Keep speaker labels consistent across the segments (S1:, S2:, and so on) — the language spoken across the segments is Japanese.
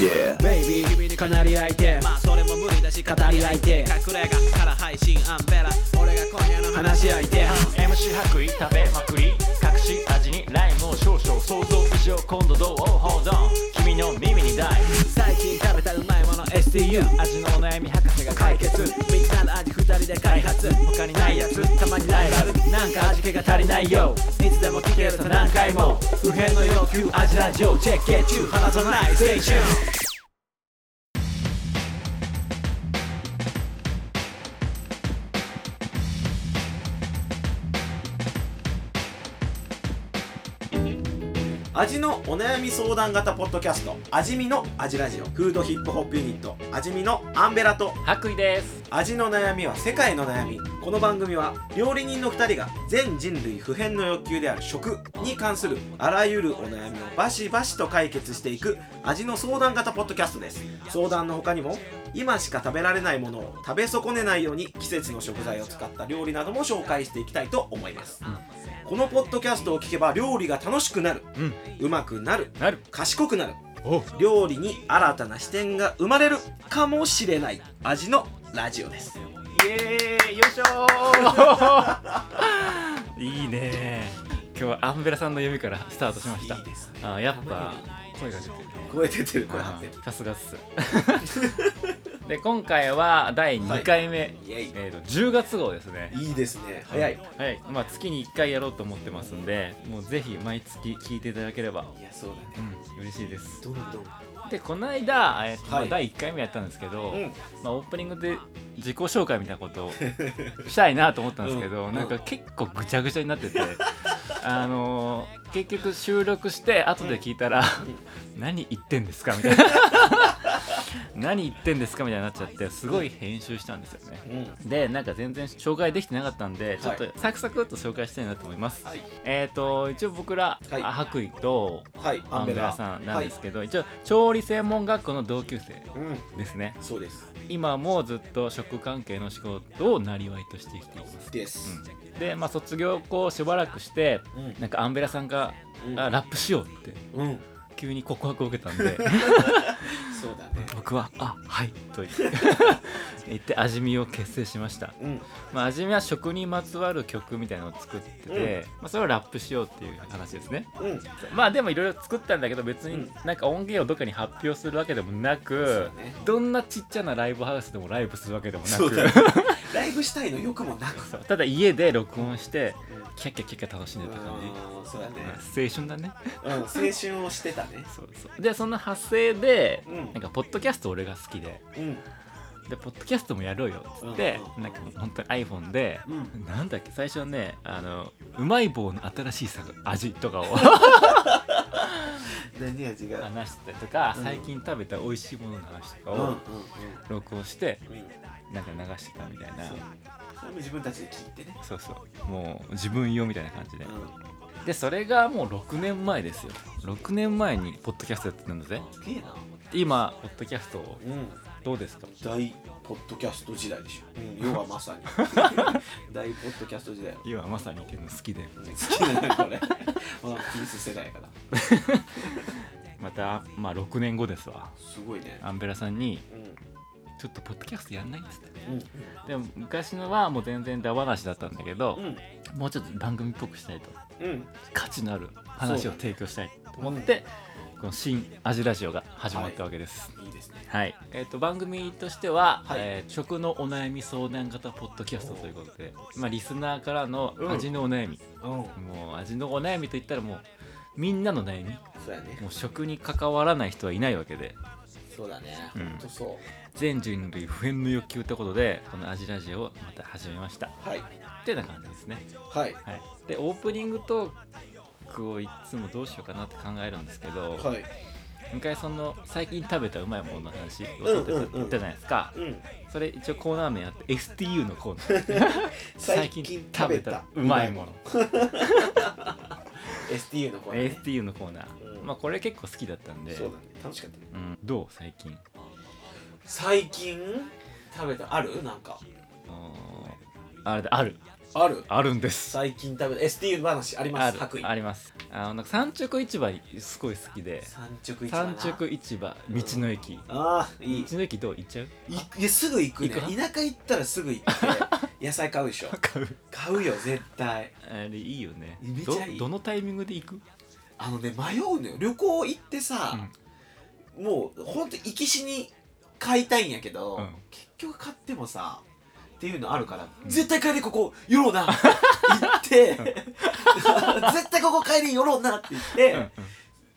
S1: Yeah
S2: ベイビー君にかなり相手
S3: まあそれも無理だし語り合いて隠れ家から配信アンベラ俺が今夜
S2: 話
S3: の話
S2: し
S3: し
S2: 相
S3: 相
S2: 手
S3: 手
S4: MC 白衣食べまくり隠し味にライムを少々想像以上今度どう Hold on 君の耳に大
S3: 最近食べたうまいもの STU
S4: 味のお悩み博士が
S3: 解
S4: 解決
S3: 決みんなの味二人で開発他にないやつたまにライバルなんか味気が足りないよいつでも聞けると何回も不変の要求味ラジオチェックゲッチュー離さないステーション
S1: 味のお悩み相談型ポッドキャスト味見の味ラジオフードヒップホップユニット味見のアンベラと
S4: 白衣です
S1: 味の悩みは世界の悩みこの番組は料理人の2人が全人類普遍の欲求である食に関するあらゆるお悩みをバシバシと解決していく味の相談型ポッドキャストです相談の他にも今しか食べられないものを食べ損ねないように季節の食材を使った料理なども紹介していきたいと思いますこのポッドキャストを聞けば料理が楽しくなる、うまくなる
S4: なる
S1: 賢くなる
S4: お
S1: 料理に新たな視点が生まれるかもしれない味のラジオです
S4: イエーイよいしょーいいね今日はアンベラさんの指からスタートしました
S1: いいですね
S4: あやっぱ声が出てる
S1: 声出てる声張ってる
S4: さすがっすで今回は第2回目、
S1: イエイ
S4: えー、と10月号ですね
S1: いいですね早いい
S4: はい、まあ、月に1回やろうと思ってますんでもうぜひ毎月聞いていただければ、
S1: やそうだね
S4: うん、嬉しいです
S1: どんどん
S4: でこの間、えっとまあ
S1: はい
S4: 第1回目やったんですけど、
S1: うん
S4: まあ、オープニングで自己紹介みたいな ことをしたいなと思ったんですけど、
S1: うん
S4: なんか結構ぐちゃぐちゃになっててあのー結局収録して後で聞いたら「 何言ってんですか?」みた いな「何言ってんですか?」みたいになっちゃってすごい編集したんですよね。
S1: うん
S4: でなんか全然紹介できてなかったんでちょっ
S1: は
S4: とサクサクっと紹介したいなと思います、
S1: はい
S4: えっ、と一応僕ら、
S1: はい
S4: あ白衣と
S1: はい
S4: アンベラさんなんです
S1: は
S4: けど、一応調理専門学校の同級生
S1: いうん
S4: ですね
S1: そうです
S4: 今もずっと食関係の仕事をなりわいとして生きています、
S1: です
S4: うん、でまあ卒業後しばらくして
S1: うん
S4: なんかアンベラさんが、
S1: うん
S4: あラップしようって
S1: うん
S4: 急に告白を受けたん で
S1: そうだね
S4: 僕は「あはい」と 言って言って味見を結成しました
S1: うん
S4: まあ、味見は食にまつわる曲みたいなのを作ってて、まあ、それをラップしようっていう話ですね
S1: うん
S4: まあでもいろいろ作ったんだけど別
S1: う
S4: に
S1: ん
S4: なんか音源をどっかに発表するわけでもなく、
S1: そうね
S4: どんなちっちゃなライブハウスでもライブするわけでもな
S1: そう
S4: く
S1: だねライブしたいの欲も なく
S4: そうただ家で録音して
S1: うん
S4: キャッキャッキャッキャ楽しんでた感じ、
S1: うんそうだね
S4: まあ青春だね
S1: うん青春をしてたね
S4: そうそうでその派生で、
S1: うん
S4: なんかポッドキャスト俺が好きで
S1: うん
S4: でポッドキャストもやろうよっつって、
S1: うん
S4: なんか本当に iPhone で、
S1: う
S4: なんだっけ最初はねあのうまい棒の新しいさ味とかを
S1: 何味が
S4: 話したりとか、
S1: うん
S4: 最近食べた美味しいものの話とか
S1: うんうん
S4: を
S1: うん
S4: 録音して
S1: うん
S4: なんか流してたみたいな
S1: そうそれも自分たちで聞いてね
S4: そうそうもう自分用みたいな感じで
S1: うん
S4: でそれがもう6年前ですよ6年前にポッドキャストやってたんだぜ
S1: すげえな
S4: 今ポッドキャストを
S1: うん
S4: どうですか
S1: 大ポッドキャスト時代でしょ、うん、要はまさ に大ポッドキャスト時代よ
S4: 今まさにけの好きで
S1: 好きだねこれこのピース世代から
S4: またまあ6年後ですわ
S1: すごいね
S4: アンベラさんに
S1: うん
S4: 「ちょっとポッドキャストやんない?」っつって
S1: うん
S4: でも昔のはもう全然ダ話だったんだけど、
S1: うん
S4: もうちょっと番組っぽくしたいと
S1: うん
S4: 価値のある話を提供したいと思って、この新「アジラジオ」が始まったわけです。
S1: いいですね
S4: はいえー、と番組としては、
S1: はい
S4: えー食のお悩み相談型ポッドキャストということで、まあ、リスナーからの
S1: うん
S4: 味のお悩み、
S1: うん
S4: もう味のお悩みといったらもうみんなの悩み
S1: そうやね
S4: もう食に関わらない人はいないわけで
S1: そうだね、
S4: うん
S1: ほんとそう
S4: 全人類普遍の欲求ってことでこの「アジラジオ」をまた始めましたっ
S1: はい
S4: てな感じですね。
S1: はい
S4: はい、でオープニングトークをいつもどうしようかなって考えるんですけど、
S1: はい
S4: 一回その最近食べたうまいものの話をちょっと
S1: うんう
S4: 言
S1: んうん
S4: ったじゃないですか、
S1: うん
S4: それ一応コーナー名あって STU のコーナー
S1: 最近食べた
S4: うまいもの
S1: STU の声、ね、
S4: STU のコーナー、
S1: うん
S4: まあこれ結構好きだったんで
S1: そうだね楽しかったね
S4: うん、どう最近
S1: 最近食べたあるなんか
S4: あーあれだある
S1: ある
S4: あるんです
S1: 最近食べた STU 話ありま
S4: あ
S1: す
S4: る
S1: 白衣
S4: ありますあのなんか三直市場すごい好きで
S1: 三直一番
S4: 三直市場道の駅
S1: ああいい
S4: 道の駅どう行っちゃう
S1: いいやすぐ行くね
S4: 行く
S1: 田舎行ったらすぐ行っ て野菜買うでしょ
S4: 買う
S1: 買うよ絶対
S4: あれいいよね
S1: めち
S4: ど
S1: ゃいい
S4: どのタイミングで行く
S1: あのね迷うのよ旅行行ってさ、もうほんと行きしに買いたいんやけど、
S4: うん
S1: 結局買ってもさっていうのあるから、絶対帰りここ寄ろうな行って、 絶対ここ帰り寄ろうなって言って、
S4: うんうん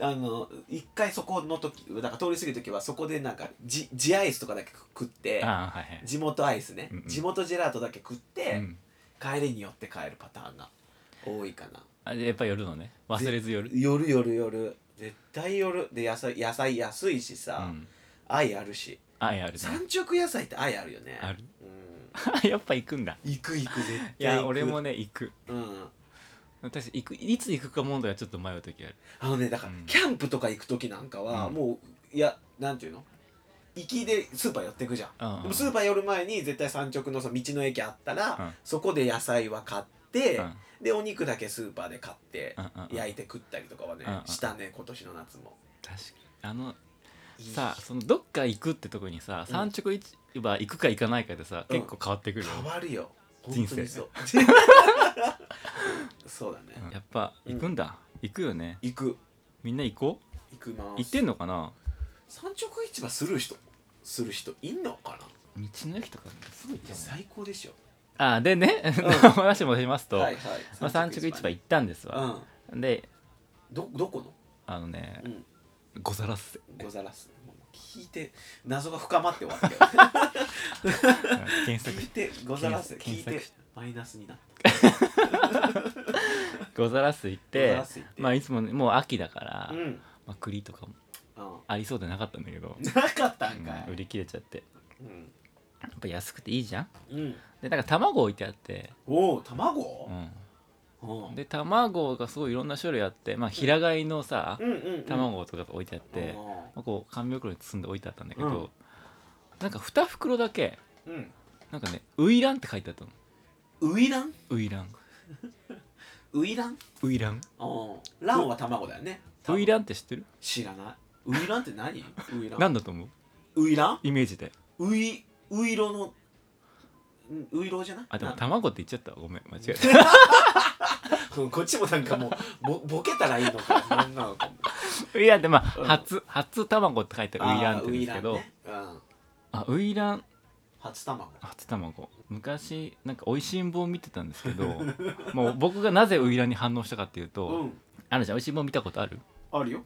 S1: あの一回そこの時なんか通り過ぎる時はそこでなんかジジアイスとかだけ食って
S4: ああはいはい
S1: 地元アイスね、
S4: うんうん
S1: 地元ジェラートだけ食っ
S4: う
S1: て、
S4: ん
S1: 帰りに寄って帰るパターンが多いかな
S4: あやっぱ寄るのね忘れず寄る
S1: 夜夜夜絶対夜で野菜野菜安いし
S4: う
S1: さ、
S4: ん
S1: 愛あるし
S4: あやるね
S1: 三直野菜って愛あるよね
S4: ある
S1: う ん
S4: やっぱ行くんだ
S1: 行く行く絶対行く
S4: いや俺もね行く
S1: うん
S4: 私行くいつ行くか問題はちょっと迷う時ある
S1: あのねだから、
S4: うん
S1: キャンプとか行く時なんかは、
S4: うん
S1: もういやなんていうの行きでスーパー寄ってくじゃん、
S4: うんうん
S1: でもスーパー寄る前に絶対三直のさ道の駅あったら、
S4: うん
S1: そこで野菜は買って、
S4: うん
S1: でお肉だけスーパーで買って、
S4: うんうんうん
S1: 焼いて食ったりとかはね、
S4: うんうん
S1: したね今年の夏も
S4: 確かにあの
S1: いい
S4: さそのどっか行くってとこにさ三直市場行くか行かないかでさ
S1: うん
S4: 結構変わってくるよ
S1: 変わるよ
S4: 人生
S1: 本当 にそうそうだね、
S4: うんやっぱ行くんだ行くよね
S1: 行く
S4: みんな行こう
S1: 行くま
S4: 行ってんのかな
S1: 三直市場する人する人いんのかな
S4: 道の駅とかすぐ行っ
S1: い
S4: ち
S1: や
S4: ゃう
S1: 最高でしょ
S4: あでね 話もしますと
S1: はいはい
S4: まあ三直市場行ったんですわ
S1: うん
S4: で
S1: どどこの
S4: あのね
S1: うん
S4: ござらっ せ
S1: ござらすもう聞いて謎が深まって終わったよ
S4: 検索
S1: 聞いてござらす聞
S4: 検
S1: い
S4: 索
S1: てマイナスになっ
S4: ござらす行っ
S1: ござ
S4: て
S1: らす行って
S4: まあいつもねもう秋だから
S1: たうん
S4: まあ栗とかも
S1: あ
S4: ありそうでなかったんだけど
S1: なかったんか
S4: うん売
S1: い
S4: り切れちゃって
S1: うん
S4: やっぱ安くていいじゃん
S1: うん
S4: でなんか卵置いてあって、
S1: おお卵
S4: うん
S1: うん
S4: で卵がすごいいろんな種類あって、まあ、平飼いのさ、
S1: うんうんうん
S4: 卵とかが置いてあって、ま
S1: う
S4: あこう紙袋に包んで置いてあったんだけど、
S1: うん
S4: なんか2袋だけ
S1: ん
S4: なんかね「ウイラン」って書いてあったの
S1: ウイラン
S4: ウイラン
S1: ウイラン
S4: ウイラン
S1: うんランは卵だよね
S4: ウイランって知ってる
S1: 知らないウイランって何ウイラン
S4: 何だと思う
S1: ウイラン
S4: イメージで
S1: ウイウイロのんウイロじゃない
S4: あでも
S1: な
S4: 卵って言っちゃったごめん間違え た
S1: うんこっちもな んかもうぼボケたらいいのかそんなのかも
S4: ウイランってまあ
S1: うん
S4: 初初卵って書いてあるウイランって言うんですけど
S1: あーウイラ
S4: あウイラ
S1: ンねうん
S4: ン
S1: 初卵
S4: 初卵昔なんか「おいしんぼ」を見てたんですけど もう僕がなぜウイランに反応したかっていうと、
S1: うん
S4: あるじゃん「おいしんぼ」見たことある
S1: あるよ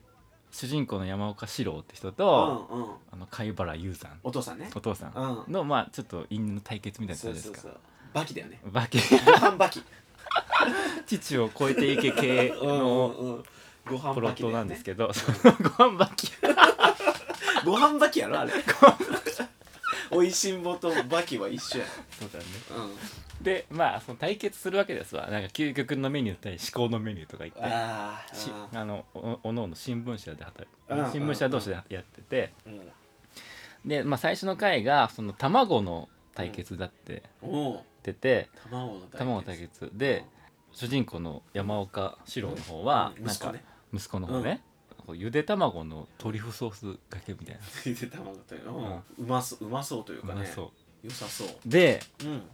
S4: 主人公の山岡四郎って人
S1: う
S4: と、
S1: んうん
S4: あの貝原雄さん
S1: お父さんね
S4: お父さ
S1: うんん
S4: の、まあちょっと因の対決みたいな
S1: そ
S4: 感
S1: う
S4: じ
S1: そ
S4: で
S1: う
S4: す
S1: そ
S4: か
S1: うバキだよね
S4: バケ
S1: ご飯 バキ
S4: 父を超えていけ系
S1: うんうん
S4: の
S1: うんご飯
S4: プロ
S1: バ
S4: ッ
S1: キだ
S4: トな
S1: よ
S4: んで
S1: ね
S4: すけど、そのご飯バキ
S1: ご飯バキやろ あれ おいしんぼとバキは一緒や
S4: そうだね
S1: うん
S4: でまあその対決するわけですわなんか究極のメニューだったり至高のメニューとか言って
S1: あー
S4: し
S1: あ
S4: あのおおのおの新聞社で働
S1: うん
S4: く新聞社同士でやってて
S1: ーうん
S4: で、まあ、最初の回がその卵の対決だって
S1: おう
S4: 言ってて、
S1: 卵の対決
S4: 卵の対決で主人公の山岡四郎の方は、
S1: うん
S4: なん
S1: 息子
S4: か
S1: ね
S4: 息子の方ね、こうゆで卵のトリュフソースかけみたいな、
S1: ゆで卵という
S4: うん
S1: のうまそううまそうという
S4: う
S1: か
S4: ま
S1: ね
S4: そ
S1: 良さそう
S4: うで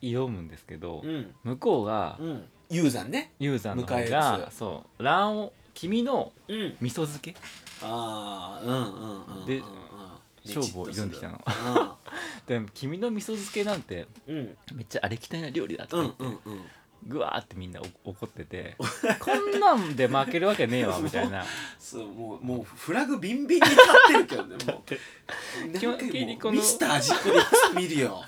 S1: う
S4: 読むんですけど、
S1: んうん
S4: 向こうが
S1: うん雄山ね
S4: ユーザーの方
S1: 迎え撃
S4: が
S1: つ
S4: そう卵黄君の
S1: うん
S4: 味噌漬け
S1: ああうんうんうん
S4: で
S1: うんうん
S4: 勝負を挑んできたの
S1: あ
S4: で君の味噌漬けなんて
S1: ーうん
S4: めっちゃあれきたりな料理だと
S1: う
S4: か
S1: ん
S4: 言って、
S1: うんうん
S4: ぐわーってみんなお怒って てこんなんで負けるわけねえわみたいな
S1: そうもうもうフラグビンビンに立ってるけどねもう
S4: 基本的に
S1: 何回も
S4: この
S1: ミスター味っ子で見るよ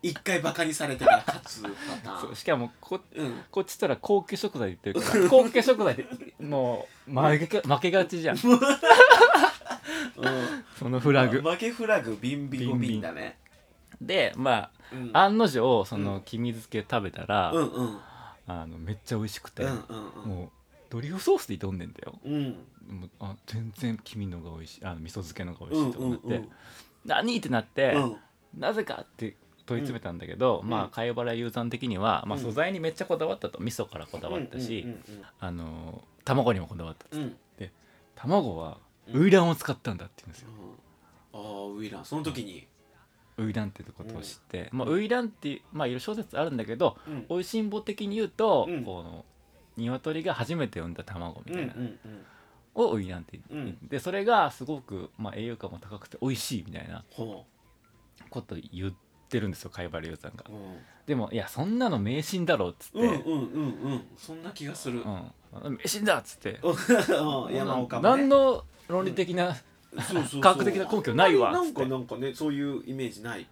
S1: 一回バカにされてから勝つパタ
S4: そ
S1: ー
S4: うしかもこ
S1: ンうん
S4: こっちとら高級食材言ってる から高級食材でもう負け負けがちじゃんそのフラグ
S1: 負けフラグビンビンゴビンだね
S4: でま
S1: うん
S4: あ案の定その
S1: うん
S4: 黄身漬け食べたら、
S1: うんうん
S4: あのめっちゃ美味しくて、
S1: うんうんうん
S4: もうトリュフソースで挑んでんだよ
S1: うん
S4: もうあ全然黄身のが美味しいあの味噌漬けのが美味
S1: う
S4: し
S1: ん
S4: いと
S1: うん
S4: 思って、
S1: うん
S4: 何ってなって、
S1: うん
S4: なぜかって問い詰めたんだけど、
S1: ん
S4: まあ貝原雄山的には、まあ、
S1: うん
S4: 素材にめっちゃこだわったと味噌からこだわったし、あの卵にもこだわった
S1: うんうんうんうん
S4: 卵は
S1: うん
S4: ウイランを使ったんだって言うんですよ、
S1: ああウイランその時に、
S4: ウイランってことを知って、まあ、ウイランっていうまあいろいろ小説あるんだけど
S1: うん
S4: おいしんぼ的に言うと、
S1: うん
S4: この鶏が初めて産んだ卵み
S1: うん
S4: た
S1: う
S4: い
S1: ん
S4: な、
S1: うん
S4: をウイランって言う、
S1: うん
S4: でそれがすごく、まあ、栄養価も高くて美味しいみたいな
S1: ほ
S4: こと言ってるんですよ貝原雄さんが
S1: う、うん
S4: でもいやそんなの迷信だろうっつって、
S1: うんうんうんうんそんな気がす る、
S4: うん、迷信だっつって
S1: うん、山岡も、ね、
S4: 何の論理的な、
S1: そうそうそう
S4: 科学的な根拠ないわ
S1: なんかなんかねそういうイメージない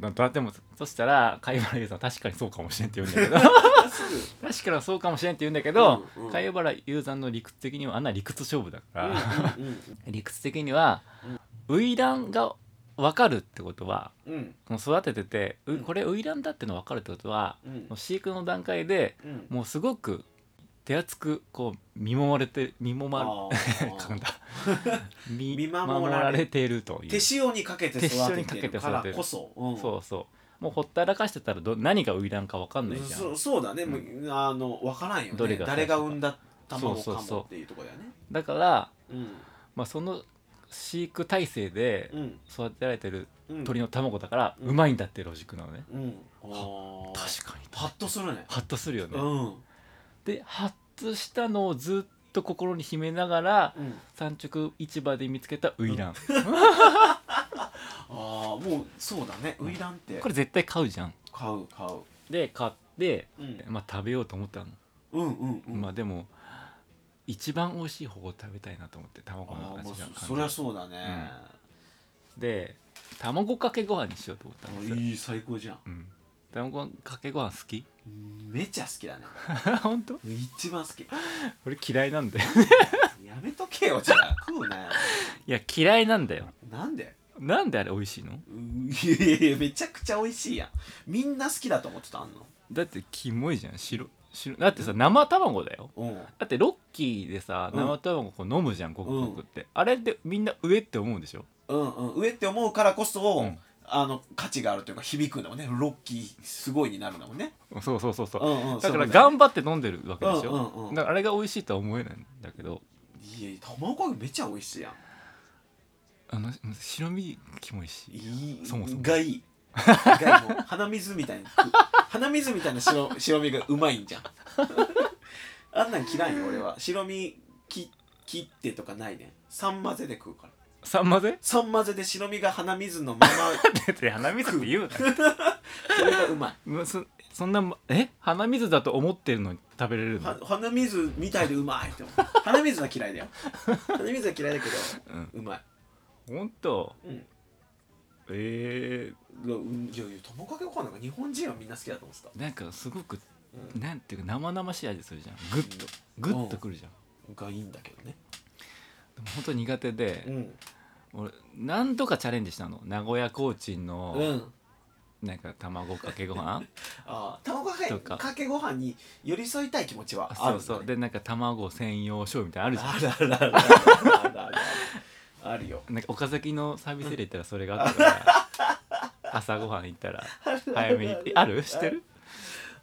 S4: だだでもそしたら貝原雄さん確かにそうかもしれんって言うんだけど確かにそうかもしれんって言うんだけど、
S1: うんうん
S4: 貝原雄さんの理屈的にはあんな理屈勝負だから、
S1: うんうん
S4: 理屈的には、ウイランが分かるってことは
S1: うんうん
S4: この育ててて、う
S1: うん
S4: これウイランだっての分かるってことは、
S1: うん
S4: もう飼育の段階で
S1: うん
S4: もうすごく手厚くこう見守れて見守
S1: あ
S4: ら
S1: ー
S4: 噛ん だ 見
S1: 見守られ
S4: 守られているとい
S1: 手
S4: う
S1: 塩にかけて育ててるからこそ、うん
S4: そうそうもうほったらかしてたらど何がウイランか分かんないじゃん
S1: そそうだね、もうあの分からんよ
S4: ど
S1: ね
S4: れが
S1: 誰が産んだ卵
S4: そう
S1: か
S4: そうそう
S1: もっていうところだよね
S4: だから、
S1: うん
S4: まあ、その飼育体制で
S1: うん
S4: 育てられてる
S1: うん
S4: 鳥の卵だから
S1: うん
S4: うまいんだってロジックなのね、
S1: うんあー
S4: 確かに
S1: ハッとするね
S4: ハッとするよね、
S1: うん
S4: でハッとしたのをずっと心に秘めながら
S1: うん
S4: 産直市場で見つけたウイラン、
S1: ああもうそうだねウイランっ て
S4: これ絶対買うじゃん
S1: 買う買う
S4: で買って、
S1: うん
S4: まあ、食べようと思ったの、
S1: うんうんうん
S4: まあでも一番美味しい方を食べたいなと思って卵の
S1: あーま
S4: 味が
S1: あそそりゃそうだね、
S4: で卵かけご飯にしようと思ったん
S1: あ
S4: ですよ、
S1: いい最高じゃん
S4: うん、卵かけご飯好き
S1: めちゃ好きだね
S4: 本当
S1: 一番好き
S4: 俺嫌いなんだよ
S1: やめとけよじゃあ食うなよ
S4: いや嫌いなんだよ
S1: なんで
S4: なんであれ美味しいの
S1: うんいやいやめちゃくちゃ美味しいやんみんな好きだと思ってたあんの
S4: だってキモいじゃん白白だってさ生卵だよ
S1: うん
S4: だってロッキーでさ
S1: うん
S4: 生卵こう飲むじゃんごくごくって、あれってみんな上って思うでしょ
S1: うんうん上って思うからこそ、
S4: うん
S1: あの価値があるというか響くのもねロッキーすごいになるのもね
S4: そうそうそうそう、
S1: うんうん
S4: だから
S1: そうだね
S4: 頑張って飲んでるわけでしょ、
S1: うんうんうん
S4: だからあれが美味しいとは思えないんだけど
S1: いやいや卵かけめちゃ美味しいやん
S4: あの白身キモいし
S1: いい
S4: そもそも
S1: がいいがいいもう鼻水みたいな鼻水みたいな白白身がうまいんじゃんあんなん嫌いよ俺は白身き切ってとかないね三混ぜで食うから
S4: さんまぜ
S1: 三混ぜで白身が鼻水のまま
S4: だって鼻水って 言うな
S1: それがうまいう
S4: わそそんなまえ鼻水だと思ってるのに食べれるの
S1: は鼻水みたいでうまいって思う鼻水は嫌いだよ鼻水は嫌いだけど、うまい
S4: ほんと、
S1: うん
S4: え
S1: うわうんいやいや卵かけご飯なんか日本人はみんな好きだと思ってた
S4: ー、なんかすごく、なんていうか生々しい味するじゃんグッとグッとくるじゃん、
S1: がいいんだけどね
S4: でもほんと苦手で、
S1: うん
S4: 俺何度かチャレンジしたの名古屋コーチン
S1: う
S4: の
S1: ん
S4: なんか卵かけご飯
S1: ああ卵かけ
S4: とか
S1: かけご飯に寄り添いたい気持ちは
S4: あ
S1: あ
S4: そ
S1: るん
S4: うそ
S1: だね
S4: うでなんか卵専用ショーみたいなのあるじゃん
S1: あらららららららあるよ
S4: なんか岡崎のサービスエリア行ったらそれがあったから 朝ごはん行ったら早めに行ってある知ってる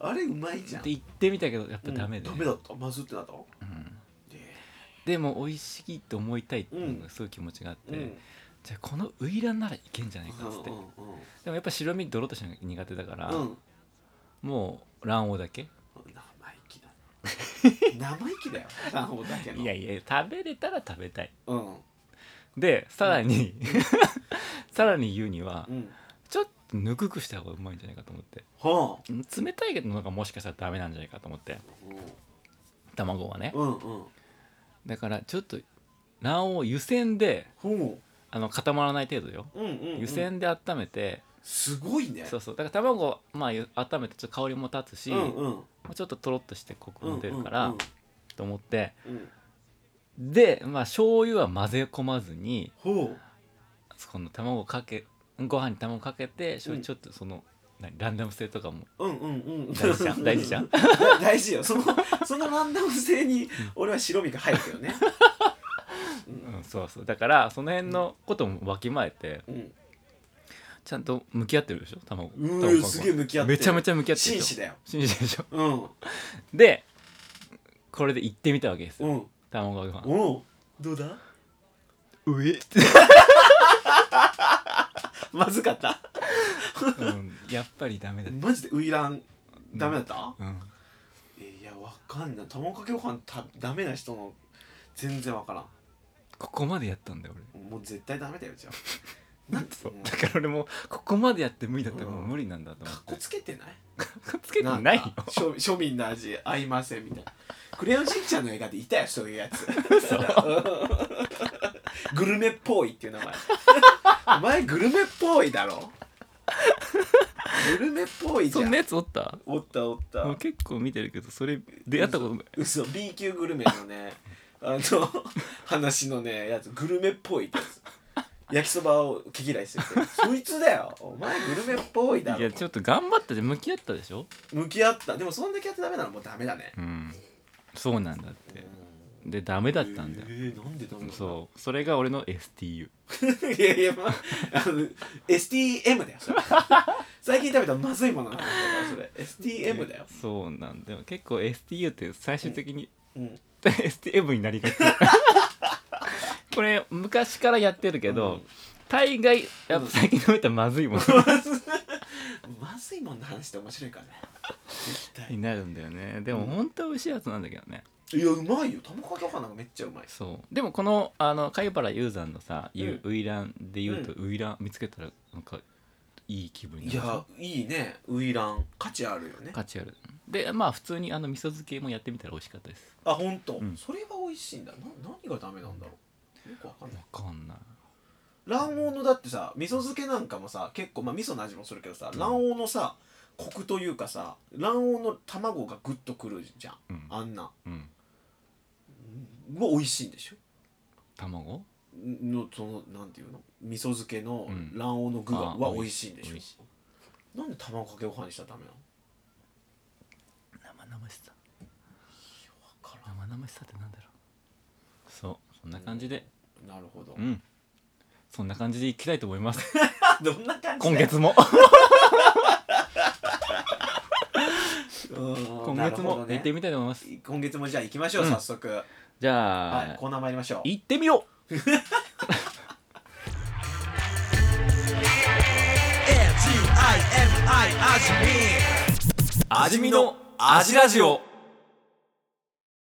S1: あれうまいじゃん
S4: で行ってみたけどやっぱダメ
S1: うん
S4: で、
S1: ダメだったまずってなったので
S4: でも美味しいと思いたいっていうのがすごい気持ちがあって、
S1: うん
S4: じゃあこのウイランならいけんじゃないか
S1: う
S4: っつ
S1: ん
S4: って、
S1: うん
S4: でもやっぱ白身ドロッとしたのが苦手だから、
S1: うんうん
S4: もう卵黄だけ
S1: 生意気だね生意気だよ卵だけの
S4: いやいや食べれたら食べたい
S1: うん
S4: でさらに、 さらに言うには、
S1: うん
S4: ちょっとぬくくした方がうまいんじゃないかと思って
S1: はあ
S4: 冷たいけどなんかもしかしたらダメなんじゃないかと思って卵はね、
S1: うんうん
S4: だからちょっと卵黄湯煎で
S1: ほう
S4: あの固まらない程度よ
S1: うんうんうん
S4: 湯煎で温めて、
S1: すごいね
S4: そうそうだから卵をまあゆ温めてちょっと香りも立つし、
S1: うん
S4: も
S1: うん
S4: うちょっととろっとしてコク
S1: うん
S4: も出るから、と思って
S1: うんうん
S4: でまあ醤油は混ぜ込まずに
S1: ほ
S4: この卵かけご飯に卵かけて醤
S1: うん
S4: 油ちょっとその、何ランダム性とかも
S1: ううんうんうん
S4: 大事じゃん大事じゃん
S1: だ 大事よそのそのランダム性に俺は白身が入るけどね
S4: うん、そうそうだからその辺のこともわきまえて
S1: うん
S4: ちちゃんと向き合ってるでしょ卵
S1: う
S4: 卵
S1: ーすげえ向き合って
S4: めちゃめ
S1: ゃ
S4: ちゃ向き合ってる
S1: 紳
S4: で
S1: 士
S4: しょ
S1: だよ
S4: 紳士でしょ
S1: うん
S4: でこれで行ってみたわけです
S1: うん
S4: 卵ご飯
S1: うんどうだ
S4: う え
S1: まずかった
S4: うんやっぱりダメだ
S1: マジでウイランダメだった、
S4: うん
S1: いやわかんない卵かけご飯たダメな人の全然わから
S4: ここまでやったんだよ
S1: んもう絶対ダメだよじゃあ
S4: 俺そうだから俺もここまでやって無理だったからもう無理なんだと思
S1: かっ
S4: って
S1: こつけてない
S4: かっこつけてないよ
S1: んか庶庶民の味合いませんみたいなクレヨンしんちゃんの映画でいたよそういうやつグルメっぽいっていう名前お前グルメっぽいだろグルメっぽいじ
S4: そ
S1: ゃ
S4: ん
S1: ん
S4: なやつおった
S1: おったおった
S4: もう結構見てるけどそれ出会ったことない
S1: 嘘 B 級グルメのねあの話のねやつグルメっぽいってやつ焼きそばを毛嫌いするやつそいつだよお前グルメっぽいだ
S4: い
S1: ろ
S4: やちょっと頑張ったで向き合ったでしょ
S1: 向き合ったでもそんだけやってダメならもうダメだね
S4: うんそうなんだってでダメだったんだよ
S1: えー、なんでダメなんだ
S4: そうそれが俺の STU
S1: いやいや、まあ、あの STM だ よそれ最近食べたまずいものの話だからそれ STM だよ、
S4: そうなんだよ結構 STU って最終的に
S1: うん、
S4: STM にな りがちこれ昔からやってるけど、
S1: うん
S4: 大概やっぱ最近食べたらまずいもの
S1: まずいものの話って面白いからね絶対
S4: になるんだよ ねでも本当は美味しいやつなんだけどね
S1: いやうまいよ卵かけご飯なんかめっちゃうまい
S4: そうでもこのあの貝原雄山のさ、ゆ
S1: う
S4: ウイランで言うと、ウイラン見つけたらなんかいい気分にないる
S1: やいいねウイラン価値あるよね
S4: 価値あるでまあ普通にあの味噌漬けもやってみたら美味しかったです
S1: あ本当、
S4: ん
S1: それが美味しいんだな何がダメなんだろうよくわかんない
S4: わかんない
S1: 卵黄のだってさ味噌漬けなんかもさ結構まあ味噌の味もするけどさ卵黄のさコクというかさ卵黄の卵がグッとくるじゃん、
S4: うん
S1: あんな
S4: うん
S1: もう美味しいんでしょ
S4: 卵
S1: のそのなんていうの味噌漬けの
S4: うん
S1: 卵黄の具が、
S4: あ
S1: は
S4: 美
S1: 美
S4: 味
S1: 味
S4: し
S1: し
S4: い
S1: いんでしょ
S4: 美味し
S1: なんで卵かけご飯にしたらダメなの
S4: 生々しさ
S1: わか
S4: 生々しさってなんだろうそうそんな感じで
S1: らんなるほど
S4: うん、そんな感じでいきたいと思います
S1: どんな感じだ
S4: 今
S1: よ
S4: 月も
S1: うん
S4: 今
S1: なる
S4: 月
S1: ほ
S4: も
S1: どね
S4: 行ってみたいと思います、
S1: 今月もじゃあ行きましょう、
S4: うん
S1: 早速
S4: じゃあ、
S1: はいコーナー参りましょう
S4: 行ってみよう
S3: H-I-M-I 味見
S4: 味見の味ラジオ